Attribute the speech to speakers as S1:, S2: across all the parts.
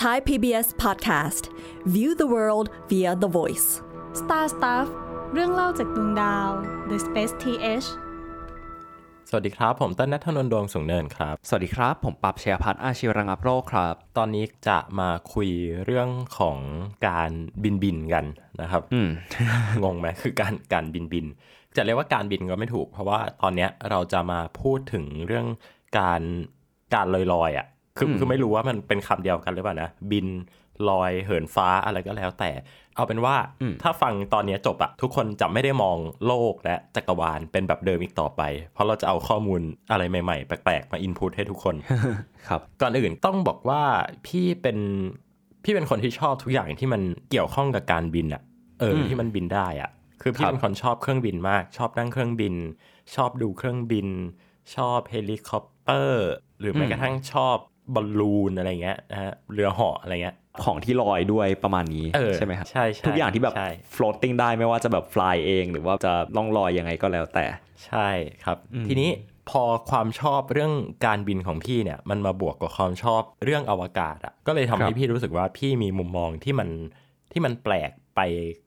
S1: Thai PBS Podcast View the world via the voice
S2: Star Stuff เรื่องเล่าจากดวงดาว The Space TH
S3: สวัสดีครับ ผมเต้นนัทนนท์ดวงสูงเนินครับ
S4: สวัสดีครับ ผมปรับเชียพัฒน์อาชีวรังับโรคครับ
S3: ตอนนี้จะมาคุยเรื่องของการบินบินกันนะครับ
S4: อืม
S3: งงไหมคือการการบินบิน จะเรียกว่าการบินก็ไม่ถูก เพราะว่าตอนเนี้ยเราจะมาพูดถึงเรื่องการการลอยลอยๆอ่ะคือคือไม่รู้ว่ามันเป็นคำเดียวกันหรือเปล่านะ บินลอยเหินฟ้าอะไรก็แล้วแต่ เอาเป็นว่า
S4: อืม
S3: ถ้าฟังตอนเนี้ยจบอะทุกคนจะไม่ได้มองโลกและจักรวาลเป็นแบบเดิมอีกต่อไป เพราะเราจะเอาข้อมูลอะไรใหม่ๆ แปลกๆ มาอินพุตให้ ทุกคน
S4: ครับ
S3: ก่อนอื่นต้องบอกว่าพี่เป็นพี่เป็นคนที่ชอบทุกอย่างที่มันเกี่ยวข้องกับการบินอะเอออ
S4: ม
S3: ที่มันบินได้อะคือพี่
S4: ครับ
S3: เป็นคนชอบเครื่องบินมาก ชอบนั่งเครื่องบิน ชอบดูเครื่องบิน ชอบเฮลิคอปเตอร์ หรือแม้กระทั่งชอบบอลลูนอะไรเงี้ยนะฮะเรือเหาะอะไรเงี้ย
S4: ของที่ลอยด้วยประมาณนี้
S3: เออ
S4: ใช่ไหมครับ
S3: ใช่ใช่
S4: ทุกอย่างที่แบบ
S3: ใช่
S4: floating ได้ไม่ว่าจะแบบ fly เอง หรือว่าจะล่องลอยยังไงก็แล้วแต่
S3: ใช่ครับ ทีนี้พอความชอบเรื่องการบินของพี่เนี่ย มันมาบวกกับความชอบเรื่องอวกาศอะ่ะก็เลยทำ
S4: ครั
S3: ให้
S4: บ
S3: พี่รู้สึกว่าพี่มีมุมมองที่มันที่มันแปลกไป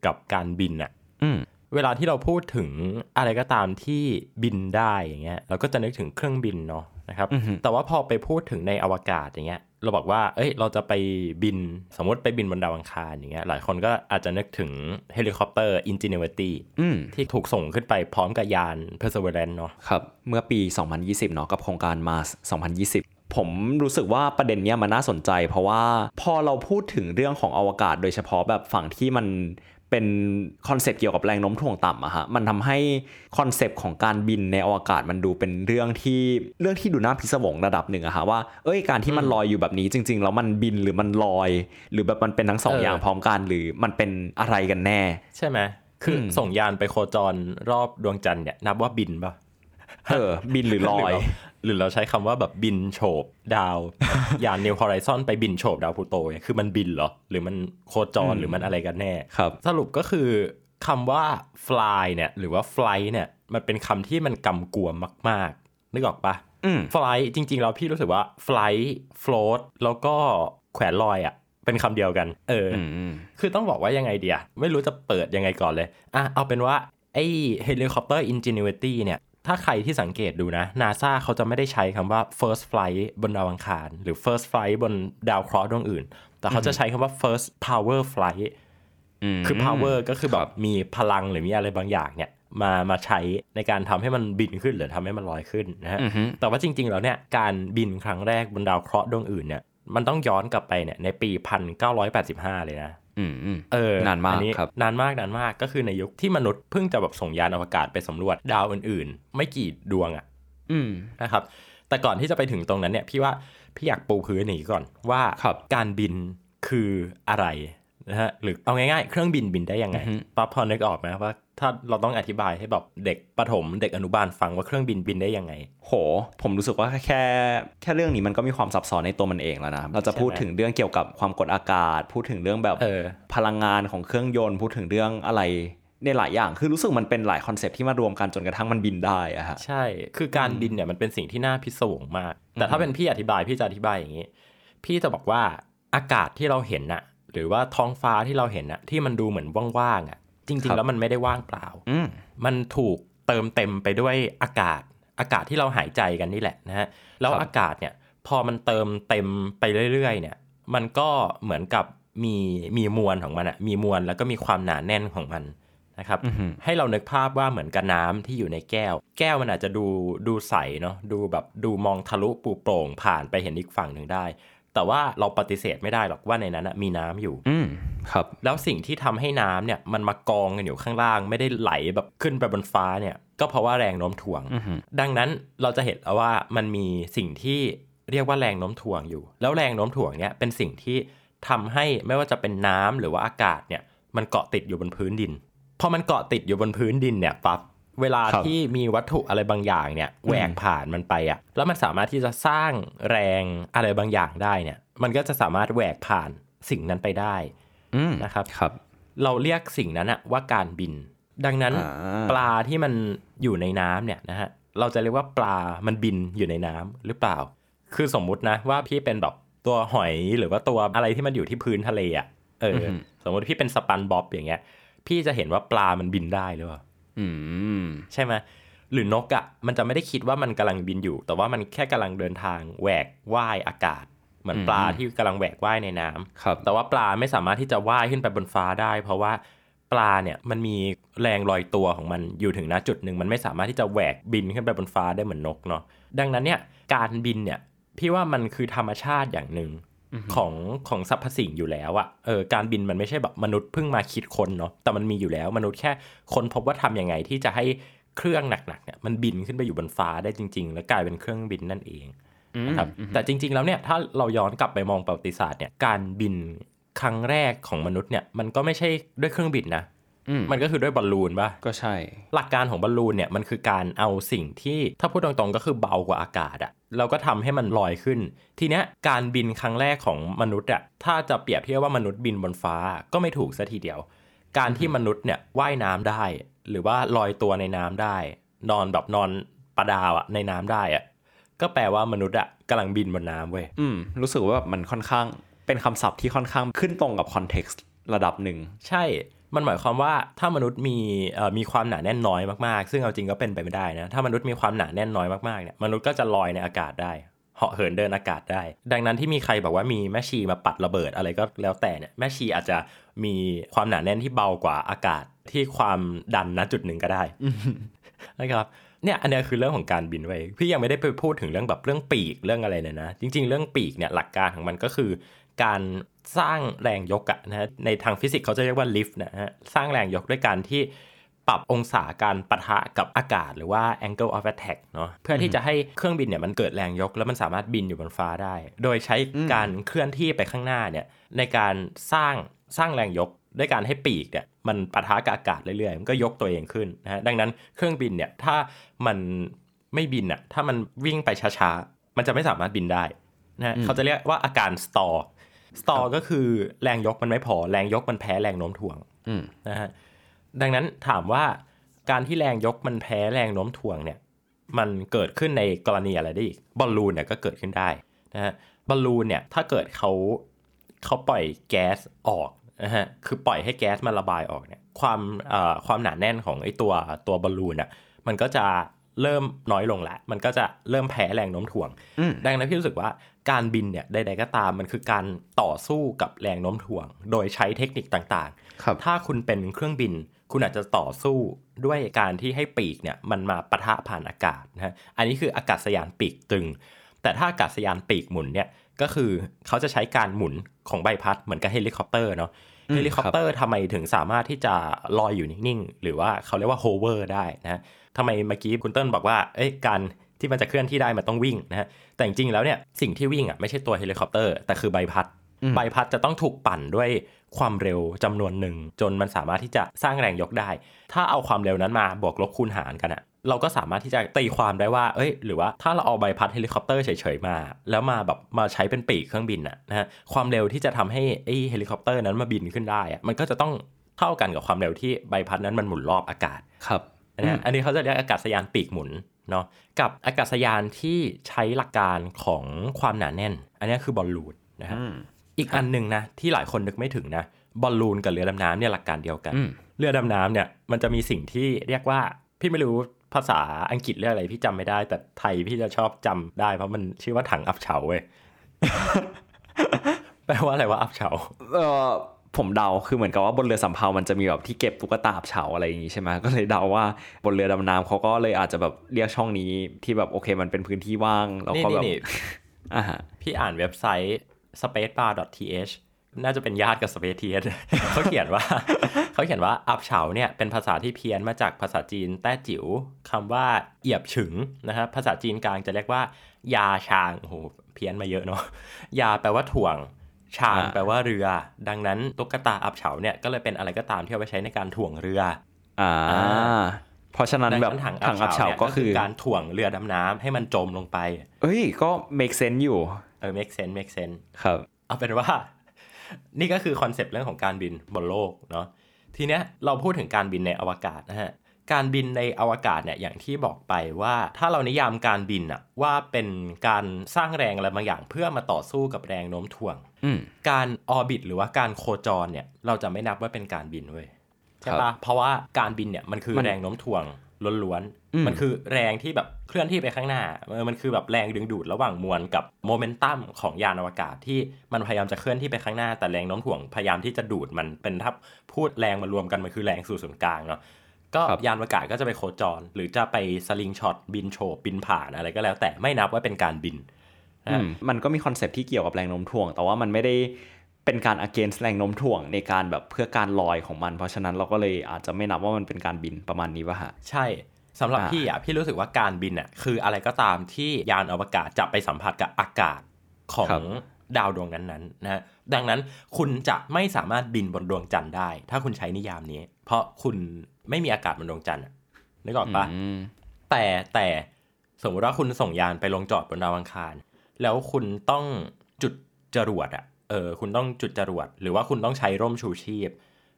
S3: กับการบินอ่ะ
S4: อืม
S3: เวลาที่เราพูดถึงอะไรก็ตามที่บินได้อย่างเงี้ยเราก็จะนึกถึงเครื่องบินเนาะนะครับ
S4: อือฮึ
S3: แต่ว่าพอไปพูดถึงในอวกาศอย่างเงี้ย เราบอกว่า เอ้ย เราจะไปบินสมมติไปบินบนดาวอังคารอย่างเงี้ยหลายคนก็อาจจะนึกถึงเฮลิคอปเตอร์ Ingenuity
S4: อืม
S3: ที่ถูกส่งขึ้นไปพร้อมกับยาน Perseverance เนาะ
S4: ครับ เมื่อปี 2020 เนาะกับโครงการ Mars 2020 ผมรู้สึกว่าประเด็นเนี้ยมันน่าสนใจ เพราะว่าพอเราพูดถึงเรื่องของอวกาศ โดยเฉพาะแบบฝั่งที่มันเป็นคอนเซปต์เกี่ยวกับแรงโน้มถ่วงต่ำอะฮะมันทำให้คอนเซปต์ของการบินในอวกาศมันดูเป็นเรื่องที่เรื่องที่ดูน่าพิศวงระดับหนึ่งอะฮะว่าเอ้ยการที่มันลอยอยู่แบบนี้จริง ๆ แล้วมันบินหรือมันลอย หรือแบบมันเป็นทั้งสอง
S3: เอออ
S4: อย่างพร้อมกันหรือมันเป็นอะไรกันแน่
S3: ใช่ไหมคืออ
S4: ม
S3: ส่งยานไปโคจรรอบดวงจันทร์เนี่ยนับว่าบินปะ
S4: เออบินหรือลอย
S3: หรือเราหรือเราใช้คำว่าแบบบินโฉบดาว ยานนิวฮอริซอนไปบินโฉบดาวพลูโตเนี่ยคือมันบินเหรอ หรือมันโคจร
S4: อืม
S3: หรือมันอะไรกันแน่
S4: ครับ
S3: สรุปก็คือคำว่า fly เนี่ยหรือว่า flight เนี่ยมันเป็นคำที่มันกำกวมมาก ๆ นึกออกปะ
S4: อืม
S3: flight จริง ๆ เราพี่รู้สึกว่า flight float แล้วก็แขวนลอยอะ่ะเป็นคำเดียวกัน เอออ
S4: อืม
S3: คือต้องบอกว่ายังไงเดียไม่รู้จะเปิดยังไงก่อนเลย อ่ะ เอาเป็นว่า ไอ้เฮลิคอปเตอร์ Ingenuity เนี่ย ถ้าใครที่สังเกตดูนะนาซาเขาจะไม่ได้ใช้คำว่า first flight บนดาวอังคาร หรือ first flight บนดาวเคราะห์ดวงอื่น แต่เขาจะใช้คำว่า first power flight คือ power ก็คือแบบมีพลังหรือมีอะไรบางอย่างเนี่ยมามาใช้ในการทำให้มันบินขึ้นหรือทำให้มันลอยขึ้นนะฮะ
S4: อือฮึ
S3: แต่ว่าจริง ๆ แล้วเนี่ยการบินครั้งแรกบนดาวเคราะห์ดวงอื่นเนี่ยมันต้องย้อนกลับไปเนี่ยในปี 1985 เลยนะ
S4: อืมอืม
S3: เออน
S4: านมาก
S3: อั
S4: ครับ
S3: นานมากนานมากก็คือในยุคที่มนุษย์เพิ่งจะแบบส่งยานอวกาศไปสำรวจดาวอื่นๆ ไม่กี่ดวงอะ
S4: อืม
S3: นะครับ แต่ก่อนที่จะไปถึงตรงนั้นเนี่ยพี่ว่าพี่อยากปูพื้นหนีก่อนว่า
S4: ครับ
S3: การบินคืออะไรนะฮะหรือเอาง่ายๆ เครื่องบินบินได้ยังไงปั๊บพอนึกออกไหมว่าถ้าเราต้องอธิบายให้แบบเด็กประถมเด็กอนุบาลฟังว่าเครื่องบินบินได้ยังไง
S4: โห ผมรู้สึกว่าแค่แค่เรื่องนี้มันก็มีความซับซ้อนในตัวมันเองแล้วนะ เราจะพูด
S3: ใช่ไหม
S4: ถึงเรื่องเกี่ยวกับความกดอากาศ พูดถึงเรื่องแบบ
S3: เออ
S4: พลังงานของเครื่องยนต์ พูดถึงเรื่องอะไรในหลายอย่าง คือรู้สึกมันเป็นหลายคอนเซปต์ที่มารวมกันจนกระทั่งมันบินได้อะฮะ
S3: ใช่ คือการบินเนี่ยมันเป็นสิ่งที่น่าพิศวงมาก แต่ถ้าเป็นพี่อธิบายพี่จะอธิบายอย่างนี้ พี่จะบอกว่าอากาศที่เราเห็นน่ะ หรือว่าท้องฟ้าที่เราเห็นน่ะที่มันดูเหมือนว่างๆอ่ะ จ
S4: ครั
S3: ริง ๆ
S4: บ
S3: แล้วมันไม่ได้ว่างเปล่า
S4: อืม
S3: มันถูกเติมเต็มไปด้วยอากาศ อากาศที่เราหายใจกันนี่แหละนะฮะ แล้ว
S4: ครับ
S3: อากาศเนี่ยพอมันเติมเต็มไปเรื่อยๆ เนี่ย มันก็เหมือนกับมีมีมวลของมันอะมีมวลแล้วก็มีความหนาแน่นของมันนะครับ
S4: อือหือ
S3: ให้เรานึกภาพว่าเหมือนกับน้ำที่อยู่ในแก้ว แก้วมันอาจจะดูดูใสเนาะดูแบบดูมองทะลุปูโปร่งผ่านไปเห็นอีกฝั่งหนึ่งได้ แต่ว่าเราปฏิเสธไม่ได้หรอกว่าในนั้นนะมีน้ำอยู่
S4: อืม ครับ
S3: แล้วสิ่งที่ทำให้น้ำเนี่ยมันมากองกันอยู่ข้างล่าง ไม่ได้ไหลแบบขึ้นไปบนฟ้าเนี่ยก็เพราะว่าแรงโน้มถ่วง
S4: อือหือ
S3: ดังนั้นเราจะเห็นแล้วว่ามันมีสิ่งที่เรียกว่าแรงโน้มถ่วงอยู่ แล้วแรงโน้มถ่วงเนี่ยเป็นสิ่งที่ทำให้ไม่ว่าจะเป็นน้ำหรือว่าอากาศเนี่ยมันเกาะติดอยู่บนพื้นดินพอมันเกาะติดอยู่บนพื้นดินเนี่ยปั๊บเวลา
S4: ครับ
S3: ที่มีวัตถุอะไรบางอย่างเนี่ยแหวกผ่านมันไปอะแล้วมันสามารถที่จะสร้างแรงอะไรบางอย่างได้เนี่ยมันก็จะสามารถแหวกผ่านสิ่งนั้นไปได้
S4: อืม
S3: นะครับ
S4: ครับ
S3: เราเรียกสิ่งนั้นอะว่าการบิน ดังนั้น
S4: อ่า
S3: ปลาที่มันอยู่ในน้ำเนี่ยนะฮะเราจะเรียกว่าปลามันบินอยู่ในน้ำหรือเปล่า คือสมมุตินะว่าพี่เป็นแบบ ตัวหอยหรือว่าตัวอะไรที่มันอยู่ที่พื้นทะเลอ่ะเอออ
S4: อหือ
S3: สมมติพี่เป็นสปันบ๊อบอย่างเงี้ย พี่จะเห็นว่าปลามันบินได้หรือเปล่า
S4: อืม
S3: ใช่ไหมหรือนกอะ่ะมันจะไม่ได้คิดว่ามันกำลังบินอยู่ แต่ว่ามันแค่กำลังเดินทางแหวกว่ายอากาศ เหมือน
S4: อืม
S3: ปลาที่กำลังแหวกว่ายในน้ำ
S4: ครับ
S3: แต่ว่าปลาไม่สามารถที่จะว่ายขึ้นไปบนฟ้าได้ เพราะว่าปลาเนี่ยมันมีแรงลอยตัวของมันอยู่ถึงณจุดหนึ่งมันไม่สามารถที่จะแหวกบินขึ้นไปบนฟ้าได้เหมือนนกเนาะดังนั้นเนี่ยการบินเนี่ยพี่ว่ามันคือธรรมชาติอย่างหนึ่งของของสรรพสิ่งอยู่แล้วอะเออการบินมันไม่ใช่แบบมนุษย์เพิ่งมาคิดคนเนาะแต่มันมีอยู่แล้วมนุษย์แค่คนพบว่าทำยังไงที่จะให้ เครื่องหนักๆเนี่ยมันบินขึ้นไปอยู่บนฟ้าได้จริง ๆ แล้วกลายเป็นเครื่องบินนั่นเองนะครับแต่จริง ๆ แล้วเนี่ยถ้าเราย้อนกลับไปมองประวัติศาสตร์เนี่ยการบินครั้งแรกของมนุษย์เนี่ยมันก็ไม่ใช่ด้วยเครื่องบินนะ
S4: อืม
S3: มันก็คือด้วยบอลลูนปะ
S4: ก็ใช่
S3: หลักการของบอลลูนเนี่ยมันคือการเอาสิ่งที่ถ้าพูดตรงๆก็คือเบากว่าอากาศอะเราก็ทำให้มันลอยขึ้น ทีเนี้ยการบินครั้งแรกของมนุษย์อะถ้าจะเปรียบเทียบว่ามนุษย์บินบนฟ้าก็ไม่ถูกซะทีเดียว การที่มนุษย์เนี่ยว่ายน้ำได้ หรือว่าลอยตัวในน้ำได้ นอนแบบนอนประดาวอะในน้ำได้อะก็แปลว่ามนุษย์อะกำลังบินบนน้ำเว้ย
S4: อืม รู้สึกว่าแบบมันค่อนข้างเป็นคำศัพท์ที่ค่อนข้างขึ้นตรงกับคอนเท็กซ์ระดับหนึ่ง
S3: ใช่มันหมายความว่าถ้ามนุษย์มีเอ่อมีความหนาแน่นน้อยมากๆ ซึ่งเอาจริงก็เป็นไปไม่ได้นะถ้ามนุษย์มีความหนาแน่นน้อยมากๆเนี่ยมนุษย์ก็จะลอยในอากาศได้เหาะเหินเดินอากาศได้ ดังนั้นที่มีใครบอกว่ามีแม่ชีมาปัดระเบิดอะไรก็แล้วแต่เนี่ยแม่ชีอาจจะมีความหนาแน่นที่เบากว่าอากาศที่ความดันณจุดหนึ่งก็ได้ นะครับเนี่ยอันเนี้ยคือเรื่องของการบินไว้ยพี่ยังไม่ได้ไปพูดถึงเรื่องแบบเรื่องปีกเรื่องอะไรเลยนะ จริง ๆ เรื่องปีกเนี่ยหลักการของมันก็คือ การสร้างแรงยกอะนะฮะในทางฟิสิกส์เขาจะเรียกว่าลิฟต์นะฮะสร้างแรงยกด้วยการที่ปรับองศาการปะทะกับอากาศหรือว่า angle of attack เนาะเพื่อที่จะให้เครื่องบินเนี่ยมันเกิดแรงยกแล้วมันสามารถบินอยู่บนฟ้าได้ โดยใช้การเคลื่อนที่ไปข้างหน้าเนี่ยในการสร้างสร้างแรงยก ด้วยการให้ปีกเนี่ยมันปะทะกับอากาศเรื่อยๆ มันก็ยกตัวเองขึ้นนะฮะดังนั้นเครื่องบินเนี่ยถ้ามันไม่บินอ่ะถ้ามันวิ่งไปช้าๆ มันจะไม่สามารถบินได้นะฮะเขาจะเรียกว่าอาการสตอร์สตอร์ก็คือแรงยกมันไม่พอแรงยกมันแพ้แรงโน้มถ่วง
S4: อืม
S3: นะฮะดังนั้นถามว่าการที่แรงยกมันแพ้แรงโน้มถ่วงเนี่ย มันเกิดขึ้นในกรณีอะไรได้อีกบอลลูนเนี่ยก็เกิดขึ้นได้นะฮะบอลลูนเนี่ยถ้าเกิดเขาเขาปล่อยแก๊สออกนะฮะคือปล่อยให้แก๊สมันระบายออกเนี่ยความเอ่อความหนาแน่นของไอ้ตัวตัวบอลลูนอ่ะมันก็จะเริ่มน้อยลงละมันก็จะเริ่มแพ้แรงโน้มถ่วง ดังนั้นพี่รู้สึกว่าการบินเนี่ยใดๆก็ตามมันคือการต่อสู้กับแรงโน้มถ่วง โดยใช้เทคนิคต่างๆ
S4: ครับ
S3: ถ้าคุณเป็นเครื่องบิน คุณอาจจะต่อสู้ด้วยการที่ให้ปีกเนี่ยมันมาปะทะผ่านอากาศนะฮะอันนี้คืออากาศยานปีกตึง แต่ถ้าอากาศยานปีกหมุนเนี่ยก็คือเขาจะใช้การหมุนของใบพัดเหมือนกับเฮลิคอปเตอร์เนาะ
S4: อืม
S3: เฮลิคอปเตอร์ทำไมถึงสามารถที่จะลอยอยู่นิ่งๆ หรือว่าเขาเรียกว่าโฮเวอร์ได้นะฮะทำไมเมื่อกี้คุณเติ้ลบอกว่าเอ้ยการที่มันจะเคลื่อนที่ได้มันต้องวิ่งนะฮะแต่จริงๆแล้วเนี่ยสิ่งที่วิ่งอ่ะไม่ใช่ตัวเฮลิคอปเตอร์แต่คือใบพัด ใบพัดจะต้องถูกปั่นด้วยความเร็วจำนวนหนึ่ง จนมันสามารถที่จะสร้างแรงยกได้ ถ้าเอาความเร็วนั้นมาบวกลบคูณหารกันอะเราก็สามารถที่จะตีความได้ว่า เอ้ย หรือว่าถ้าเราเอาใบพัดเฮลิคอปเตอร์เฉยๆมา แล้วมาแบบมาใช้เป็นปีกเครื่องบินอะนะฮะความเร็วที่จะทำให้ไอ้เฮลิคอปเตอร์นั้นมาบินขึ้นได้อะมันก็จะต้องเท่ากันกับความเร็วที่ใบพัดนั้นมันหมุนรอบอากาศ
S4: ครับ
S3: อันเนี้ยอันนี้เขาจะเรียกอากาศยานปีกหมุนเนาะกับอากาศยานที่ใช้หลักการของความหนาแน่น อันเนี้ยคือบอลลูนนะฮะ
S4: อืม
S3: อีกอันหนึ่งนะที่หลายคนนึกไม่ถึงนะบอลลูนกับเรือดำน้ำเนี่ยหลักการเดียวกัน
S4: อืม
S3: เรือดำน้ำเนี่ยมันจะมีสิ่งที่เรียกว่าพี่ไม่รู้ภาษาอังกฤษเรียกอะไรพี่จำไม่ได้ แต่ไทยพี่จะชอบจำได้เพราะมันชื่อว่าถังอับเฉาเว้ย แปลว่าอะไรว่าอับเฉา
S4: เอ่อผมเดาคือเหมือนกับว่าบนเรือสำเภามันจะมีแบบที่เก็บตุ๊กตาอับเฉาอะไรอย่างงี้ใช่ไหม ก็เลยเดาว่าบนเรือดำน้ำเขาก็เลยอาจจะแบบเรียกช่องนี้ที่แบบโอเคมันเป็นพื้นที่ว่างแล้ว
S3: นี่
S4: ก็
S3: นี่
S4: แบบ
S3: นี่
S4: อ่าฮะ
S3: พี่อ่านเว็บไซต์ spacebar.th น่าจะเป็นญาติกับ space th เขาเขียนว่า เขาเขียนว่าอับเฉาเนี่ยเป็นภาษาที่เพี้ยนมาจากภาษาจีนแต้จิ๋วคำว่าเอียบฉึงนะฮะภาษาจีนกลางจะเรียกว่า ยาชางโอ้โหเพี้ยนมาเยอะเนาะ ยาแปลว่าถ่วง ชาง
S4: อ่า
S3: แปลว่าเรือ ดังนั้นตุ๊กตาอับเฉาเนี่ยก็เลยเป็นอะไรก็ตามที่เอาไปใช้ในการถ่วงเรือ
S4: อ่า
S3: อ่า
S4: เพราะฉะนั้น
S3: ดัง
S4: แบบ
S3: นั้นถัง
S4: ถัง
S3: อั
S4: อับบ เฉา
S3: เฉาเนี่ย
S4: ก็คือ
S3: การถ่วงเรือดำน้ำให้มันจมลงไป
S4: เอ้ยก็ make sense อยู่
S3: เออ make sense make sense
S4: ครับ
S3: เอาเป็นว่า นี่ก็คือคอนเซปต์เรื่องของการบินบนโลกเนาะทีเนี้ยเราพูดถึงการบินในอวกาศนะฮะ การบินในอวกาศเนี่ยอย่างที่บอกไปว่าถ้าเรานิยามการบินอะว่าเป็นการสร้างแรงอะไรบางอย่าง เพื่อมาต่อสู้กับแรงโน้มถ่วง
S4: อืม
S3: การออร์บิทหรือว่าการโคจรเนี่ยเราจะไม่นับว่าเป็นการบินเว้ยใช่
S4: ครั
S3: ปะ
S4: บ
S3: เพราะว่าการบินเนี่ยมันคือ
S4: มัน
S3: แรงโน้มถ่วงล้วน
S4: อืม
S3: ๆมันคือแรงที่แบบเคลื่อนที่ไปข้างหน้าเออมันคือแบบแรงดึงดูดระหว่างมวลกับโมเมนตัมของยานอวกาศที่มันพยายามจะเคลื่อนที่ไปข้างหน้า แต่แรงโน้มถ่วงพยายามที่จะดูดมันเป็นถ้าพูดแรงมารวมกันมันคือแรงสู่ศูนย์กลางเนาะก็
S4: ครับ
S3: ยานอวกาศก็จะไปโคจร หรือจะไปสลิงช็อตบินโฉบบินผ่านอะไรก็แล้ว แต่ไม่นับว่าเป็นการบินนะ
S4: อืมมันก็มีคอนเซปต์ที่เกี่ยวกับแรงโน้มถ่วง แต่ว่ามันไม่ได้เป็นการ against แรงโน้มถ่วงในการแบบเพื่อการลอยของมัน เพราะฉะนั้นเราก็เลยอาจจะไม่นับว่ามันเป็นการบินประมาณนี้ป่ะฮะ
S3: ใช่สำหรับ
S4: อ่า
S3: พี่อ่ะพี่รู้สึกว่าการบินอ่ะคืออะไรก็ตามที่ยานอวกาศจะไปสัมผัสกับอากาศของดาวดวงนั้นๆนะฮะดังนั้นคุณจะไม่สามารถบินบนดวงจันทร์ได้ ถ้าคุณใช้นิยามนี้ เพราะคุณไม่มีอากาศบนดวงจันทร์อะนึกออกปะ
S4: อืม
S3: แต่แต่สมมติว่าคุณส่งยานไปลงจอดบนดาวอังคาร แล้วคุณต้องจุดจรวดอ่ะเออคุณต้องจุดจรวด หรือว่าคุณต้องใช้ร่มชูชีพ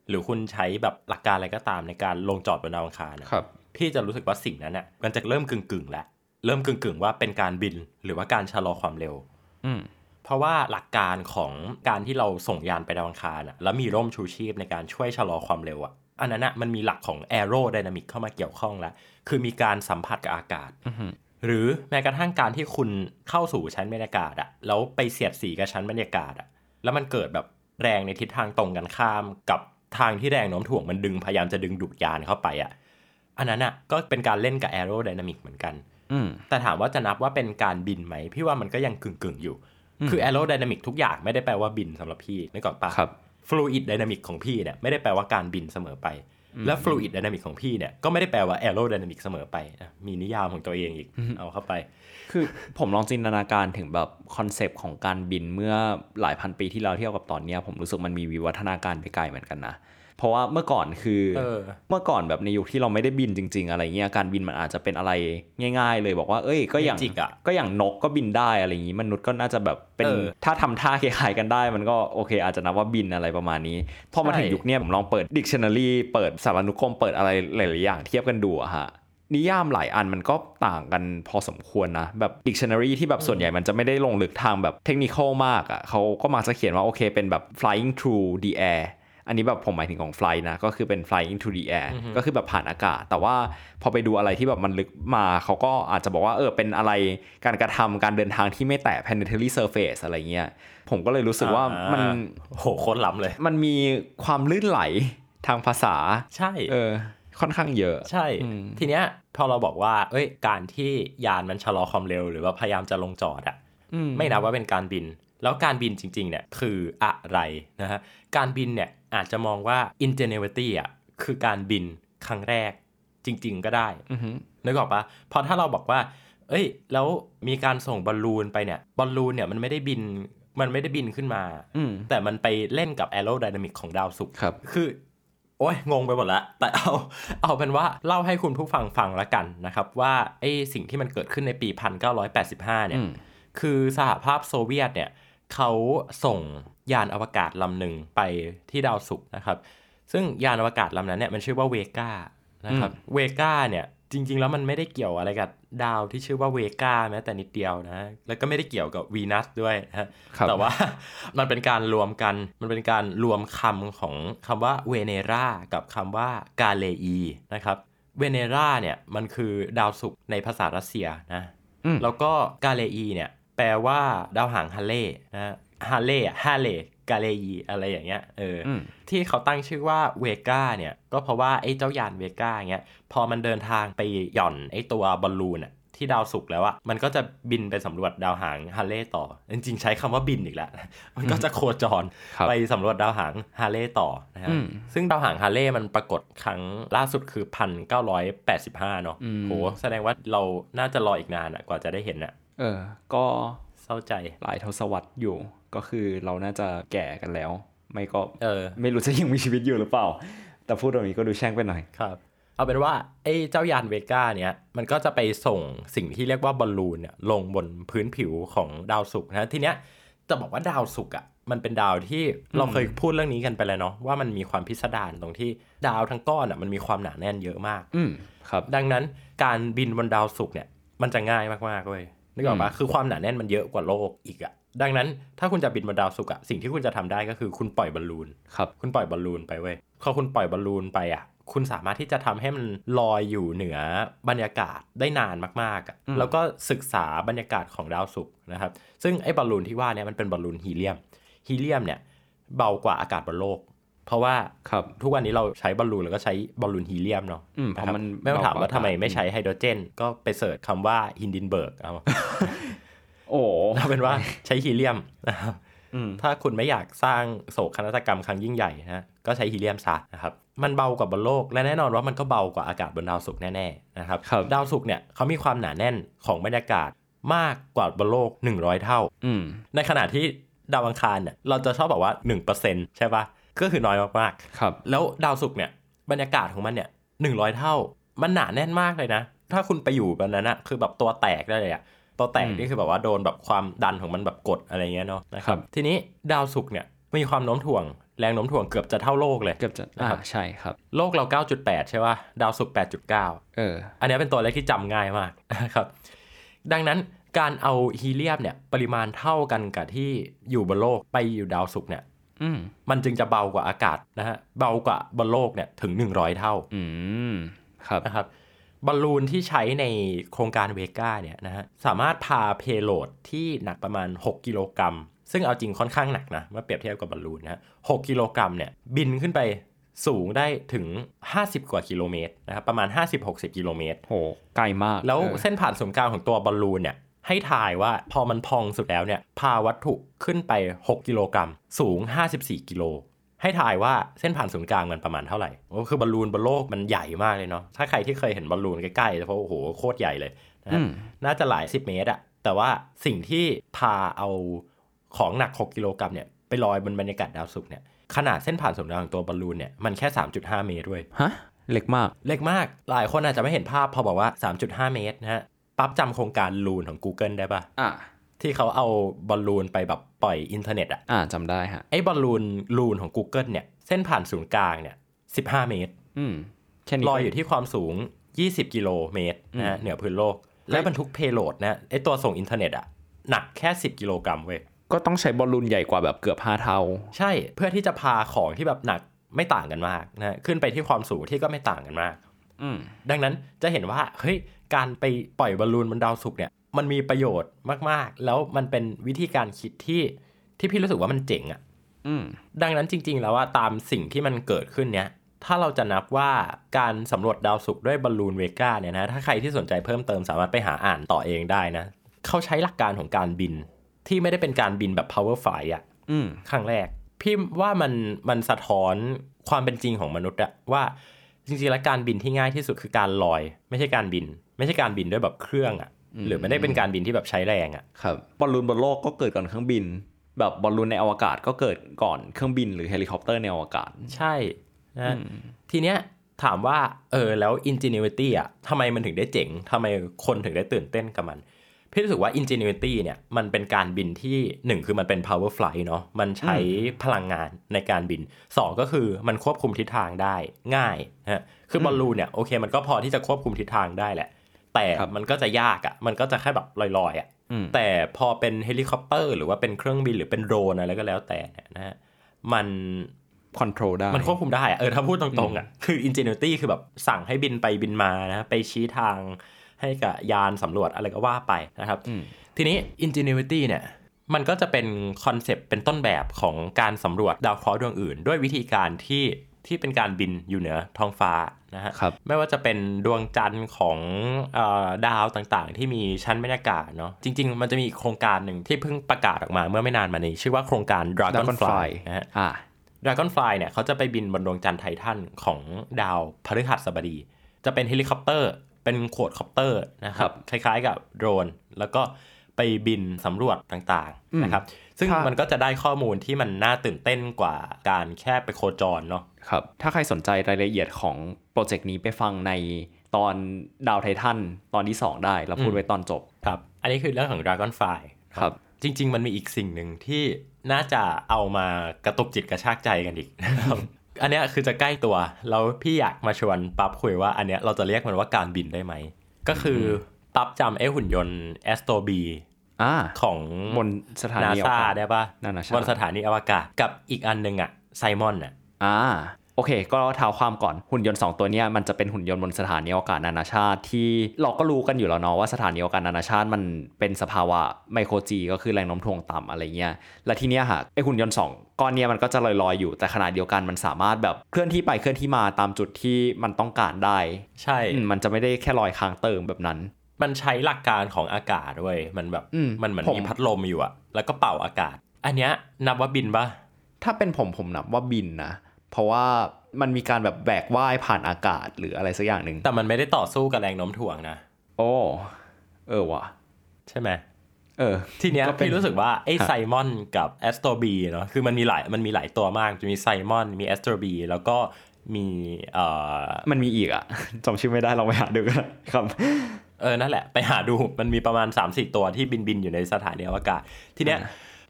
S3: หรือคุณใช้แบบหลักการอะไรก็ตามในการลงจอดบนดาวอังคารอะ พี่จะรู้สึกว่าสิ่งนั้นน่ะมันจะเริ่มกึ่งกึ่งๆแล้วเริ่มกึ่งกึ่งๆว่าเป็นการบินหรือว่าการชะลอความเร็ว
S4: อืม
S3: เพราะว่าหลักการของการที่เราส่งยานไปดาวอังคารน่ะแล้วมีร่มชูชีพในการช่วยชะลอความเร็วอ่ะอันนั้นน่ะมันมีหลักของ aerodynamic เข้ามาเกี่ยวข้องแล้ว คือมีการสัมผัสกับอากาศ หรือแม้กระทั่งการที่คุณเข้าสู่ชั้นบรรยากาศอะแล้วไปเสียดสีกับชั้นบรรยากาศอะแล้วมันเกิดแบบแรงในทิศทางตรงกันข้าม กับทางที่แรงโน้มถ่วงมันดึงพยายามจะดึงดูดยานเข้าไปอะอันนั้นอะก็เป็นการเล่นกับแอโรไดนามิกเหมือนกัน
S4: อืม
S3: แต่ถามว่าจะนับว่าเป็นการบินไหม พี่ว่ามันก็ยังกึ่งกึ่งๆอยู่ คือแอโรไดนามิกทุกอย่างไม่ได้แปลว่าบินสำหรับพี่นึกออกปะ
S4: ครับ
S3: ฟลูอิดไดนามิกของพี่เนี่ยไม่ได้แปลว่าการบินเสมอไป และฟลูอิดไดนามิกของพี่เนี่ยก็ไม่ได้แปลว่าแอโรไดนามิกเสมอไปนะมีนิยามของตัวเองอีกเอาเข้าไป
S4: คือผมลองจินตนาการถึงแบบคอนเซปต์ของการบินเมื่อหลายพันปีที่แล้วเทียบกับตอนเนี้ยผมรู้สึกมันมีวิวัฒนาการไปไกลเหมือนกันนะ เพราะว่าเมื่อก่อนคือ
S3: เออ
S4: อก่อนแบบในยุคที่เราไม่ได้บินจริง ๆ อะไรเงี้ยการบินมันอาจจะเป็นอะไรง่าย ๆ เลยบอกว่าเอ้ยก็อย่าง
S3: เมจิกอะ
S4: ก็อย่างนกก็บินได้อะไรอย่างงี้มนุษย์ก็น่าจะแบบเป็น
S3: เออ
S4: ถ้าทำท่า คล้ายๆกันได้ มันก็โอเค อาจจะนับว่าบินอะไรประมาณนี้พอมา
S3: ใช่
S4: ถึงยุคเนี้ยผมลองเปิดดิกชันนารีเปิดสารานุกรมเปิดอะไรหลายๆอย่างเทียบกันดูอะฮะ นิยามหลายอันมันก็ต่างกันพอสมควรนะ แบบ dictionary ที่แบบส่วนใหญ่มันจะไม่ได้ลงลึกทางแบบเทคนิคอลมากอะ่ะเขาก็มาจะเขียนว่าโอเคเป็นแบบ flying through the air อันนี้แบบผมหมายถึงของ fly นะ ก็คือเป็น flying through the air ก็คือแบบผ่านอากาศ แต่ว่าพอไปดูอะไรที่แบบมันลึกมาเขาก็อาจจะบอกว่าเออเป็นอะไรการกระทำการเดินทางที่ไม่แตะ planetary surface อะไรเงี้ยผมก็เลยรู้สึกว่ามัน
S3: อ่าโหโคตรล้ำเลย
S4: มันมีความลื่นไหลทางภาษา
S3: ใช่
S4: เออค่อนข้างเยอะ
S3: ใช่
S4: อืม
S3: ทีเนี้ยพอเราบอกว่า เอ้ย การที่ยานมันชะลอความเร็ว หรือว่าพยายามจะลงจอดอะ
S4: อืม
S3: ไม่นับว่าเป็นการบิน แล้วการบินจริงๆเนี่ยคืออะไรนะฮะการบินเนี่ยอาจจะมองว่า ingenuity อะคือการบินครั้งแรกจริง ๆ ก็ได้
S4: อือฮึ
S3: นึกออกปะเพอถ้าเราบอกว่า เอ้ย แล้วมีการส่งบอลลูนไปเนี่ย บอลลูนเนี่ยมันไม่ได้บิน มันไม่ได้บินขึ้นมา
S4: อืม
S3: แต่มันไปเล่นกับแอโรไดนามิกของดาวศุกร์
S4: ครับ
S3: คือ โอ้ยงงไปหมดละ แต่เอา เอาเป็นว่าเล่าให้คุณผู้ฟังฟังละกันนะครับ ว่าไอ้สิ่งที่มันเกิดขึ้นในปี 1985 เนี่ย
S4: อืม
S3: คือสหภาพโซเวียตเนี่ยเขาส่งยานอวกาศลำหนึ่งไปที่ดาวศุกร์นะครับ ซึ่งยานอวกาศลำนั้นเนี่ยมันชื่อว่าเวกานะครับเวกาเนี่ยจริง ๆ แล้วมันไม่ได้เกี่ยวอะไรกับดาวที่ชื่อว่าเวกาแม้แต่นิดเดียวนะแล้วก็ไม่ได้เกี่ยวกับวีนัสด้วยนะฮะ
S4: ครับ
S3: แต่ว่า มันเป็นการรวมกันมันเป็นการรวมคำของคำว่าเวเนรากับคำว่ากาเลอีนะครับเวเนราเนี่ยมันคือดาวศุกร์ในภาษารัสเซียนะ
S4: อืม
S3: แล้วก็กาเลอีเนี่ยแปลว่าดาวหางฮาเล่นะฮะฮาเล่ฮาเล่กาเลอีอะไรอย่างเงี้ยเอออ
S4: ม
S3: ที่เขาตั้งชื่อว่าเวก้าเนี่ยก็เพราะว่าไอ้เจ้ายานเวก้าเงี้ยพอมันเดินทางไปหย่อนไอ้ตัวบอลลูนอะที่ดาวศุกร์แล้วอะมันก็จะบินไปสำรวจดาวหางฮาเล่ต่อ จริงๆ ใช้คำว่าบินอีกแล้ว มันก็จะโคจร
S4: ครับ
S3: ไปสำรวจดาวหางฮาเล่ต่อนะฮะ
S4: อืม
S3: ซึ่งดาวหางฮาเล่มันปรากฏครั้งล่าสุดคือ 1985 เนาะ
S4: อืม
S3: โหแสดงว่าเราน่าจะรออีกนานอะกว่าจะได้เห็นอะ
S4: เออ ก็
S3: เศร้าใจ
S4: หลายทศวรรษอยู่ ก็คือเราน่าจะแก่กันแล้ว ไม่ก็
S3: เออ
S4: ไม่รู้จะยังมีชีวิตอยู่หรือเปล่า แต่พูดตรงนี้ก็ดูแช่งไปหน่อย
S3: ครับ เอาเป็นว่าไอ้เจ้ายานเวก้าเนี่ยมันก็จะไปส่งสิ่งที่เรียกว่าบอลลูนเนี่ยลงบนพื้นผิวของดาวศุกร์นะทีเนี้ย จะบอกว่าดาวศุกร์อ่ะมันเป็นดาวที่เราเคยพูดเรื่องนี้กันไปแล้วเนาะว่ามันมีความพิสดารตรงที่ดาวทั้งก้อนอ่ะมันมีความหนาแน่นเยอะมาก
S4: อืมครับ
S3: ดังนั้นการบินบนดาวศุกร์เนี่ยมันจะง่ายมากๆเว้ยนึกออกปะคือความหนาแน่นมันเยอะกว่าโลกอีกอะดังนั้นถ้าคุณจะบินบนดาวศุกร์อะสิ่งที่คุณจะทำได้ก็คือคุณปล่อยบอลลูน
S4: ครับ
S3: คุณปล่อยบอลลูนไปเว้ยพอคุณปล่อยบอลลูนไปอ่ะ คุณสามารถที่จะทำให้มันลอยอยู่เหนือบรรยากาศได้นานมากๆอะ
S4: อืม
S3: แล้วก็ศึกษาบรรยากาศของดาวศุกร์นะครับ ซึ่งไอ้บอลลูนที่ว่าเนี่ยมันเป็นบอลลูนฮีเลียม ฮีเลียมเนี่ยเบากว่าอากาศบนโลก เพราะว่า
S4: ครับ
S3: ทุกวันนี้เราใช้บอลลูนแล้วก็ใช้บอลลูนฮีเลียมเนาะ
S4: อืมเพราะมัน
S3: คบไม่ต้องถามว่า
S4: เบากว่า
S3: ทำไมไม่ใช้ไฮโดรเจน ก็ไปเสิร์ชคำว่าฮินดินเบิร์กเอา
S4: โอ้โห
S3: เอาเป็นว่าใช้ฮีเลียมนะครับ
S4: อืม
S3: ถ้าคุณไม่อยากสร้างโศกนาฏกรรมครั้งยิ่งใหญ่นะก็ใช้ฮีเลียมซะนะครับ มันเบากว่าบนโลก และแน่นอนว่ามันก็เบากว่าอากาศบนดาวศุกร์แน่ๆนะครับ
S4: ครับ
S3: ดาวศุกร์เนี่ยเขามีความหนาแน่นของบรรยากาศมากกว่าบนโลก 100 เท่า
S4: อืม
S3: ในขณะที่ดาวอังคารเนี่ยเราจะชอบบอกว่า 1%ใช่ปะก็คือน้อยมาก
S4: ครับ
S3: ๆ แล้วดาวศุกร์เนี่ยบรรยากาศของมันเนี่ย100 เท่า มันหนาแน่นมากเลยนะ ถ้าคุณไปอยู่บนนั้นอะคือแบบตัวแตกได้เลยอะตัวแตกนี่คือแบบว่าโดนแบบความดันของมันแบบกดอะไรเงี้ยเนาะ
S4: ครับ
S3: ทีนี้ดาวศุกร์เนี่ยมีความโน้มถ่วงแรงโน้มถ่วงเกือบจะเท่าโลกเลย
S4: เกือบจะ
S3: นะ
S4: อ่า
S3: ครับ
S4: ใช่ครับ
S3: โลกเรา 9.8 ใช่ป่ะ ดาวศุกร์8.9
S4: เออ
S3: อันเนี้ยเป็นตัวเลขที่จำง่ายมาก นะครับ ดังนั้นการเอาฮีเลียมเนี่ยปริมาณเท่ากันกับที่อยู่บนโลกไปอยู่ดาวศุกร์เนี่ย
S4: อืม
S3: มันจึงจะเบากว่าอากาศนะฮะเบากว่าบนโลกเนี่ยถึง 100 เท่า
S4: อืมครับ
S3: นะครับบอลลูนที่ใช้ในโครงการเวก้าเนี่ยนะฮะสามารถพาเพโลดที่หนักประมาณ 6 กิโลกรัม ซึ่งเอาจริงค่อนข้างหนักนะเมื่อเปรียบเทียบกับบอลลูนนะฮะหกกิโลกรัมเนี่ยบินขึ้นไปสูงได้ถึง 50 กว่ากิโลเมตรนะครับประมาณ 50-60 กิโลเมตร
S4: โหไกลมาก
S3: แล้ว
S4: เออ
S3: เส้นผ่านศูนย์กลางของตัวบอลลูนเนี่ยให้ทายว่าพอมันพองสุดแล้วเนี่ยพาวัตถุขึ้นไป 6 กิโลกรัม สูง 54 กิโล ให้ทายว่าเส้นผ่านศูนย์กลางมันประมาณเท่าไหร่โอ้คือบอลลูนบนโลกมันใหญ่มากเลยเนาะถ้าใครที่เคยเห็นบอลลูนใกล้ๆจะพบว่าโอ้โหโคตรใหญ่เลยนะ
S4: อื
S3: ฮะ
S4: ม
S3: น่าจะหลาย 10 เมตรอะแต่ว่าสิ่งที่พาเอาของหนัก 6 กิโลกรัมเนี่ยไปลอยบนบรรยากาศดาวศุกร์เนี่ยขนาดเส้นผ่านศูนย์กลางของตัวบอลลูนเนี่ยมันแค่ 3.5 เมตรด้วย
S4: ฮะเล็กมาก
S3: เล็กมาก หลายคนอาจจะไม่เห็นภาพพอบอกว่า 3.5 เมตรนะฮะ ปั๊บจำโครงการลูนของ Google ได้ปะ
S4: อ่ะ
S3: ที่เขาเอาบอลลูนไปแบบปล่อยอินเทอร์เน็ตอะ
S4: อ่าจำได้ฮะ
S3: ไอ้บอลลูนลูนของ Google เนี่ย เส้นผ่านศูนย์กลางเนี่ย 15 เมตร
S4: อืมแค่นี้
S3: ลอยอยู่ที่ความสูง 20 กิโลเมตรนะฮะ
S4: อืม
S3: เหนือพื้นโลก และบรรทุกเพโลดนะไอ้ตัวส่งอินเทอร์เน็ตอะหนักแค่ 10 กิโลกรัมเว้ย
S4: ก็ต้องใช้บอลลูนใหญ่กว่าแบบเกือบห้าเท่า
S3: ใช่เพื่อที่จะพาของที่แบบหนักไม่ต่างกันมากนะฮะขึ้นไปที่ความสูงที่ก็ไม่ต่างกันมาก
S4: อืม
S3: ดังนั้นจะเห็นว่าเฮ้ยการไปปล่อยบอลลูนบนดาวศุกร์เนี่ยมันมีประโยชน์มากๆ แล้วมันเป็นวิธีการคิดที่ที่พี่รู้สึกว่ามันเจ๋งอะ่ะ
S4: อืม
S3: ดังนั้นจริง ๆ แล้วว่าตามสิ่งที่มันเกิดขึ้นเนี่ยถ้าเราจะนับว่าการสำรวจดาวศุกร์ด้วยบอลลูนเวก้าเนี่ยนะถ้าใครที่สนใจเพิ่มเติมสามารถไปหาอ่านต่อเองได้นะเขาใช้หลักการของการบิน ที่ไม่ได้เป็นการบินแบบ power fly อ่ะ
S4: อืม
S3: ครั้งแรก พี่ว่ามันมันสะท้อนความเป็นจริงของมนุษย์อะว่าจริงๆแล้วการบินที่ง่ายที่สุดคือการลอย ไม่ใช่การบิน ไม่ใช่การบินด้วยแบบเครื่องอะหรือไม่ได้เป็นการบินที่แบบใช้แรงอะ
S4: ครับบอลลูนบนโลกก็เกิดก่อนเครื่องบิน แบบบอลลูนในอวกาศก็เกิดก่อนเครื่องบินหรือเฮลิคอปเตอร์ในอวกาศ
S3: ใช่นะทีเนี้ยถามว่าเออแล้ว ingenuity อะทำไมมันถึงได้เจ๋งทำไมคนถึงได้ตื่นเต้นกับมัน พี่รู้สึกว่า ingenuity เนี่ยมันเป็นการบินที่หนึ่งคือมันเป็น power flight เนาะมันใช้พลังงานในการบินสองก็คือมันควบคุมทิศทางได้ง่ายนะฮะคือบอลลูนเนี่ยโอเคมันก็พอที่จะควบคุมทิศทางได้แหละ แต่
S4: ครับ
S3: มันก็จะยากอะ่ะมันก็จะแค่แบบลอยๆอะ่ะ
S4: อืม
S3: แต่พอเป็นเฮลิคอปเตอร์หรือว่าเป็นเครื่องบินหรือเป็นโดรนอะไรก็แล้วแต่เนี่ยนะฮะมัน
S4: คอนโทรลได้
S3: มันควบคุมได้อะเออถ้าพูดตรงๆอะ่ะคือ ingenuity คือแบบสั่งให้บินไปบินมานะฮะไปชี้ทางให้กับยานสำรวจอะไรก็ว่าไปนะครับ
S4: อืม
S3: ทีนี้ ingenuity เนี่ย มันก็จะเป็นคอนเซปต์เป็นต้นแบบของการสำรวจดาวเคราะห์ดวงอื่น ด้วยวิธีการที่ที่เป็นการบินอยู่เหนือท้องฟ้านะฮะ
S4: ครับ
S3: ไม่ว่าจะเป็นดวงจันทร์ของเออดาวต่างๆ ที่มีชั้นบรรยากาศเนาะจริง ๆ มันจะมีอีกโครงการหนึ่งที่เพิ่งประกาศออกมาเมื่อไม่นานมานี้ ชื่อว่าโครงการ Dragonfly นะฮะ
S4: อ่า
S3: Dragonfly เนี่ยเขาจะไปบินบนดวงจันทร์ไททันของดาวพฤหัสบดี จะเป็นเฮลิคอปเตอร์ เป็นโควดคอปเตอร์นะครับคล้ายๆกับโดรน แล้วก็ไปบินสำรวจต่าง
S4: อืม
S3: ๆนะครับซึ่ง
S4: ครับ
S3: มันก็จะได้ข้อมูลที่มันน่าตื่นเต้นกว่าการแค่ไปโคจรเนาะ
S4: ครับ ถ้าใครสนใจรายละเอียดของโปรเจกต์นี้ไปฟังในตอนดาวไททันตอนที่ 2 ได้ เรา
S3: อื
S4: พูด
S3: ม
S4: ไว้ตอนจบ
S3: ครับอันนี้คือเรื่องของ Dragonfly
S4: ครับ
S3: จริง ๆ มันมีอีกสิ่งหนึ่งที่น่าจะเอามากระตุกจิตกระชากใจกันอีก นะครับ อันเนี้ยคือจะใกล้ตัว แล้วพี่อยากมาชวนปั๊บคุยว่าอันเนี้ยเราจะเรียกมันว่าการบินได้ไหม ก็คืออปั๊บจำไอ้หุ่นยนต์แอสโตบี
S4: อ่า
S3: ของ
S4: บนสถา
S3: นา
S4: นี
S3: ซา
S4: อวกศ
S3: ได้ปะ
S4: นานาชาติ
S3: บนสถานีอวกาศกับอีกอันหนึ่งอะไซมอนอะ
S4: อ่าโอเค ก็เท้าความก่อนหุ่นยนต์สองตัวเนี้ยมันจะเป็นหุ่นยนต์บนสถานีอวกาศนานาชาติที่เราก็รู้กันอยู่แล้วเนาะว่าสถานีอวกาศนานาชาติมันเป็นสภาวะไมโครจีก็คือแรงโน้มถ่วงต่ำอะไรเงี้ยและทีเนี้ยค่ะไอหุ่นยนต์สองก้อนเนี้ยมันก็จะลอยๆอยู่แต่ขนาดเดียวกันมันสามารถแบบเคลื่อนที่ไปเคลื่อนที่มาตามจุดที่มันต้องการได้
S3: ใช่
S4: อืมมันจะไม่ได้แค่ลอยค้างเติมแบบนั้น
S3: มันใช้หลักการของอากาศเว้ยมันแบบ
S4: อืม
S3: มันเหมือน
S4: ผม
S3: มีพัดลมอยู่อะแล้วก็เป่าอากาศ อันเนี้ยนับว่าบินปะ
S4: ถ้าเป็นผมผมนับว่าบินนะเพราะว่ามันมีการแบบแบกว่ายผ่านอากาศหรืออะไรสักอย่างหนึ่ง
S3: แต่มันไม่ได้ต่อสู้กับแรงโน้มถ่วงนะ
S4: โอ้เออว่ะ
S3: ใช่ไหม
S4: เออ
S3: ทีเนี้ย
S4: ก็เป็น
S3: พี่รู้สึกว่า ไอ้
S4: ฮะ
S3: ไซมอนกับแอสโตบีเนาะคือมันมีหลายมันมีหลายตัวมากจะมีไซมอน มีแอสโตบีแล้วก็มีเอ่อ
S4: มันมีอีกอะ จำชื่อไม่ได้เราไปหาดูกันครับ
S3: เออนั่นแหละ ไปหาดู มันมีประมาณ 3 4 ตัวที่บินบินอยู่ในสถานีอวกาศ ทีเนี้ย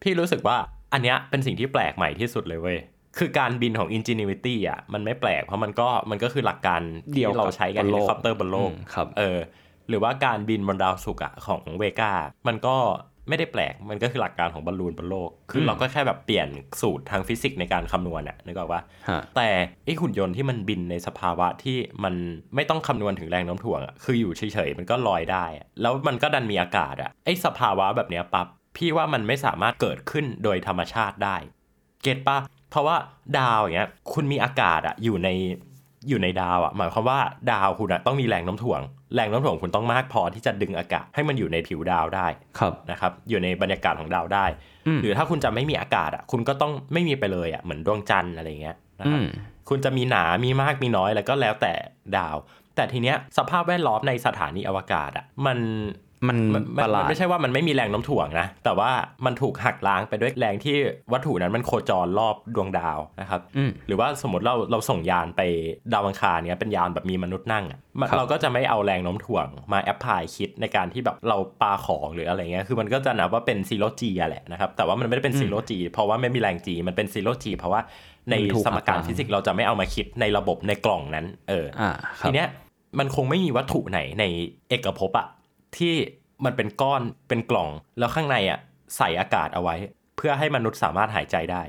S3: พี่รู้สึกว่าอันเนี้ยเป็นสิ่งที่แปลกใหม่ที่สุดเลยเว้ย คือการบินของ Ingenuity อ่ะมันไม่แปลกเพราะมันก็มันก็คือหลักการ
S4: เดียวกั
S3: ที่
S4: บ
S3: เราใช้กัน
S4: บน
S3: เฮ
S4: โลก
S3: ลิคอปเตอร์บนโลก
S4: อืมครับ
S3: เออหรือว่าการบินบนดาวศุกร์อะของเวกา มันก็ไม่ได้แปลก มันก็คือหลักการของบอลลูนบนโลก คือเราก็แค่แบบเปลี่ยนสูตรทางฟิสิกส์ในการคำนวณอะนึกออกปะ
S4: ฮะ
S3: แต่ไอหุ่นยนต์ที่มันบินในสภาวะที่มันไม่ต้องคำนวณถึงแรงโน้มถ่วงอะคืออยู่เฉยๆ มันก็ลอยได้อะแล้วมันก็ดันมีอากาศอะไอสภาวะแบบเนี้ยปั๊บพี่ว่ามันไม่สามารถเกิดขึ้นโดยธรรมชาติได้ เก็ตปะเพราะว่าดาวอย่างเงี้ยคุณมีอากาศอะอยู่ในอยู่ในดาวอะหมายความว่าดาวคุณอะต้องมีแรงโน้มถ่วง แรงโน้มถ่วงคุณต้องมากพอที่จะดึงอากาศให้มันอยู่ในผิวดาวได้
S4: ครับ
S3: นะครับอยู่ในบรรยากาศของดาวได้
S4: อืม
S3: หรือถ้าคุณจะไม่มีอากาศอ่ะคุณก็ต้องไม่มีไปเลยอ่ะเหมือนดวงจันทร์อะไรเงี้ยนะครับคุณจะมีหนา มีมากมีน้อยแล้วก็แล้วแต่ดาว แต่ทีเนี้ยสภาพแวดล้อมในสถานีอวกาศอ่ะมัน
S4: มัน
S3: มัน
S4: ป
S3: มัน
S4: ระหลาด
S3: ไม่ใช่ว่ามันไม่มีแรงโน้มถ่วงนะ แต่ว่ามันถูกหักล้างไปด้วยแรงที่วัตถุนั้นมันโคจรรอบดวงดาวนะครับ
S4: อืม
S3: หรือว่าสมมติเราเราส่งยานไปดาวอังคารเนี้ยเป็นยานแบบมีมนุษย์นั่งอะมัน
S4: ครับ
S3: เราก็จะไม่เอาแรงโน้มถ่วงมาแอพพลายคิดในการที่แบบเราปาของหรืออะไรเงี้ยคือมันก็จะนับว่าเป็นซีโรจีแหละนะครับ แต่ว่ามันไม่ได้เป็นซีโรจีเพราะว่าไม่มีแรงจีมันเป็นซีโรจีเพราะว่าในสมการฟิสิกส์เราจะไม่เอามาคิดในระบบในกล่องนั้นเออ
S4: อ่าครั
S3: ที
S4: บ
S3: เนี้ยมันคงไม่มีวัตถุไหนในเอกภพอะที่มันเป็นก้อนเป็นกล่องแล้วข้างในอะใส่อากาศเอาไว้ เพื่อให้มนุษย์สามารถหายใจได้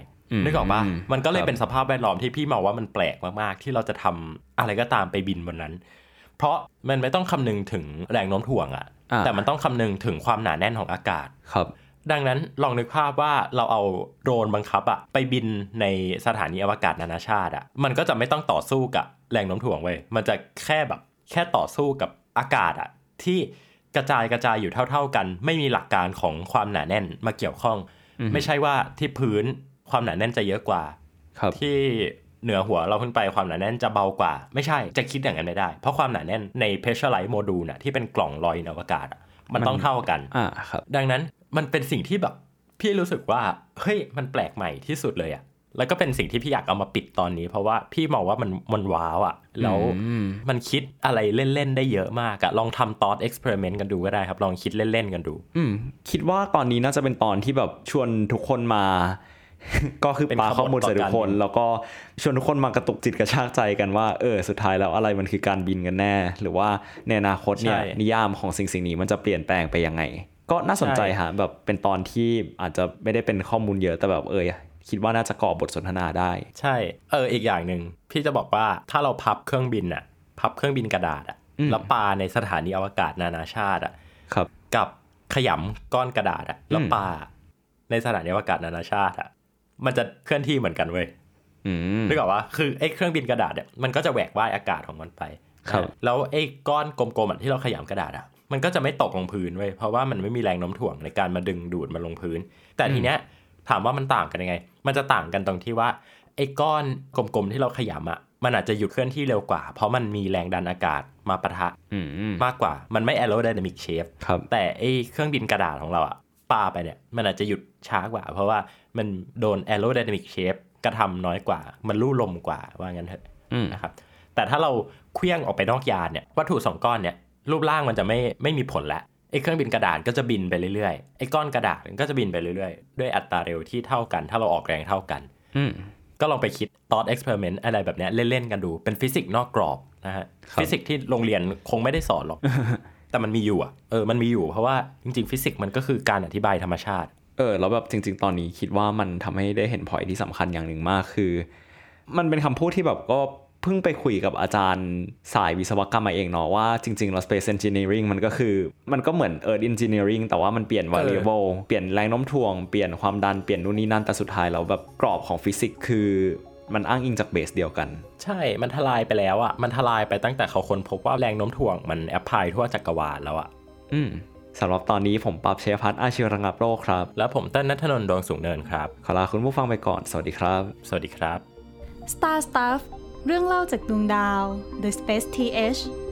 S3: นึกออกปะมันก็เลยเป็นสภาพแวดล้อมที่พี่มองว่ามันแปลกมากๆ ที่เราจะทำอะไรก็ตามไปบินบนนั้น เพราะมันไม่ต้องคำนึงถึงแรงโน้มถ่วงอะ
S4: อ่า
S3: แต่มันต้องคำนึงถึงความหนาแน่นของอากาศ
S4: ครับ
S3: ดังนั้นลองนึกภาพว่าเราเอาโดรนบังคับอะไปบินในสถานีอวกาศนานาชาติอะมันก็จะไม่ต้องต่อสู้กับแรงโน้มถ่วงเว้ยมันจะแค่แบบแค่ต่อสู้กับอากาศอะที่กระจายกระจายอยู่เท่า ๆกัน ไม่มีหลักการของความหนาแน่นมาเกี่ยวข้อง ไม่ใช่ว่าที่พื้นความหนาแน่นจะเยอะกว่า
S4: ครับ
S3: ที่เหนือหัวเราขึ้นไปความหนาแน่นจะเบากว่า ไม่ใช่จะคิดอย่างนั้นไม่ได้ เพราะความหนาแน่นใน pressurized module น่ะที่เป็นกล่องลอยในอวกาศอะมันต้องเท่ากัน
S4: อ่าครับ
S3: ดังนั้นมันเป็นสิ่งที่แบบพี่รู้สึกว่าเฮ้ยมันแปลกใหม่ที่สุดเลยอะแล้วก็เป็นสิ่งที่พี่อยากเอามาปิดตอนนี้ เพราะว่าพี่มองว่ามันมันว้าวอะแล้วมันคิดอะไรเล่น ๆ ได้เยอะมากอะลองทำตอสเอ็กซ์เพร์เมนต์กันดูก็ได้ครับ ลองคิดเล่น ๆ กันดู
S4: อืมคิดว่าตอนนี้น่าจะเป็นตอนที่แบบชวนทุกคนมา ก็คือ
S3: เป็น
S4: ปาข้อมูล
S3: ขบวน
S4: ใส่ทุกคน
S3: การบิน
S4: แล้วก็ชวนทุกคนมากระตุกจิตกระชากใจกันว่าเออสุดท้ายแล้วอะไรมันคือการบินกันแน่ หรือว่าในอนาคตเนี่ย
S3: ใช่
S4: นิยามของสิ่งสิ่งนี้มันจะเปลี่ยนแปลงไปยังไง ก็น่าสนใจ
S3: ใช่
S4: ฮะแบบเป็นตอนที่อาจจะไม่ได้เป็นข้อมูลเยอะแต่แบบเออคิดว่าน่าจะก่อบทสนทนาได้
S3: ใช่ เออ อีกอย่างหนึ่งพี่จะบอกว่าถ้าเราพับเครื่องบินอะพับเครื่องบินกระดาษอะ
S4: อืม
S3: แล้วปาในสถานีอวกาศนานาชาติอะ
S4: ครับ
S3: กับขยำก้อนกระดาษอะแล้ว
S4: อืม
S3: ปาในสถานีอวกาศนานาชาติอะมันจะเคลื่อนที่เหมือนกันเว้ย
S4: อืม
S3: นึกออกว่าคือไอ้เครื่องบินกระดาษเนี่ยมันก็จะแหวกว่ายอากาศของมันไป
S4: ครับ
S3: นะแล้วไอ้ก้อนกลมๆอะที่เราขยำกระดาษอ่ะ มันก็จะไม่ตกลงพื้นเว้ยเพราะว่ามันไม่มีแรงโน้มถ่วงในการมาดึงดูดมันลงพื้น แต่ทีเนี้ยถามว่ามันต่างกันยังไง มันจะต่างกันตรงที่ว่าไอ้ก้อนกลมๆที่เราขยำอ่ะ มันอาจจะหยุดเคลื่อนที่เร็วกว่า เพราะมันมีแรงดันอากาศมาปะทะ
S4: อืม
S3: มากกว่า มันไม่ aerodynamic shape
S4: ครับ
S3: แต่ไอ้เครื่องบินกระดาษของเราอะปาไปเนี่ย มันอาจจะหยุดช้ากว่า เพราะว่ามันโดน aerodynamic shape กระทำน้อยกว่า มันลู่ลมกว่าว่างั้นเถอะ
S4: อืม
S3: นะครับ แต่ถ้าเราเคลี้ยงออกไปนอกยานเนี่ย วัตถุสองก้อนเนี่ย รูปร่างมันจะไม่ไม่มีผลละ ไอ้เครื่องบินกระดาษก็จะบินไปเรื่อยๆไอ้ก้อนกระดาษมันก็จะบินไปเรื่อยๆ ด้วยอัตราเร็วที่เท่ากัน ถ้าเราออกแรงเท่ากัน
S4: อืม
S3: ก็ลองไปคิด t อ o เอ็กซ์เพร์เมนต์อะไรแบบเนี้ยเล่น ๆ กันดูเป็นฟิสิกส์นอกกรอบนะฮะ
S4: ครับ
S3: ฟิสิกส์ที่โรงเรียนคงไม่ได้สอนหรอก แต่มันมีอยู่อ่ะเออมันมีอยู่เพราะว่าจริง ๆ ฟิสิกส์มันก็คือการอธิบายธรรมชาติ
S4: เออแล้วแบบจริง ๆ ตอนนี้คิดว่ามันทำให้ได้เห็นพอยที่สำคัญอย่างหนึ่งมากคือ มันเป็นคำพูดที่แบบก็เพิ่งไปคุยกับอาจารย์สายวิศวกรรมมาเองเนาะว่าจริงๆแล้ว space engineering มันก็คือ มันก็เหมือน earth engineering แต่ว่ามันเปลี่ยน variable เปลี่ยนแรงโน้มถ่วง เปลี่ยนความดันเปลี่ยนนู่นนี่นั่นแต่สุดท้ายแล้วแบบกรอบของฟิสิกส์คือ มันอ้างอิงจากเบสเดียวกัน
S3: ใช่ มันทลายไปแล้วอ่ะ มันทลายไปตั้งแต่เขาค้นพบว่าแรงโน้มถ่วงมันแอพพลายทั่วจักรวาลแล้วอ่ะ
S4: อืมสำหรับตอนนี้ผมปั๊บเชยพัฒน์อาชีวระงับโรคครับ
S3: แล้วผมเต้นนัทนนท์ดวงสูงเนินครับ
S4: ขอลาคุณผู้ฟังไปก่อนสวัสดีครับ
S3: สวัสดีครับ
S2: Star Stuff เรื่องเล่าจากดวงดาว The Space TH